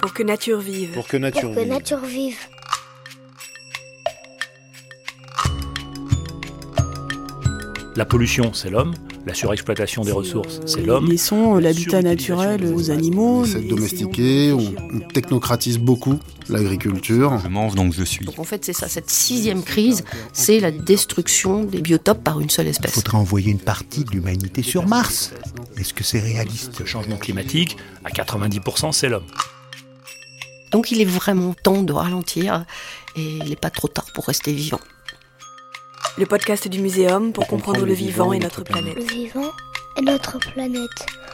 Pour que nature vive. Pour que nature Pour que vive. nature vive. La pollution, c'est l'homme. La surexploitation des ressources, euh, c'est les- l'homme. Laissons l'habitat Surutilisation naturel des aux espaces. animaux. On essaie de mais domestiquer, essayons on, de réfléchir en on termes- technocratise beaucoup l'agriculture. Je mange donc je suis. Donc en fait, c'est ça, cette sixième crise, c'est la destruction des biotopes par une seule espèce. Faudrait envoyer une partie de l'humanité sur Mars. Est-ce que c'est réaliste Le changement climatique, à 90%, c'est l'homme. Donc il est vraiment temps de ralentir et il n'est pas trop tard pour rester vivant. Le podcast du Muséum pour comprendre le vivant et notre planète. Le vivant est notre planète.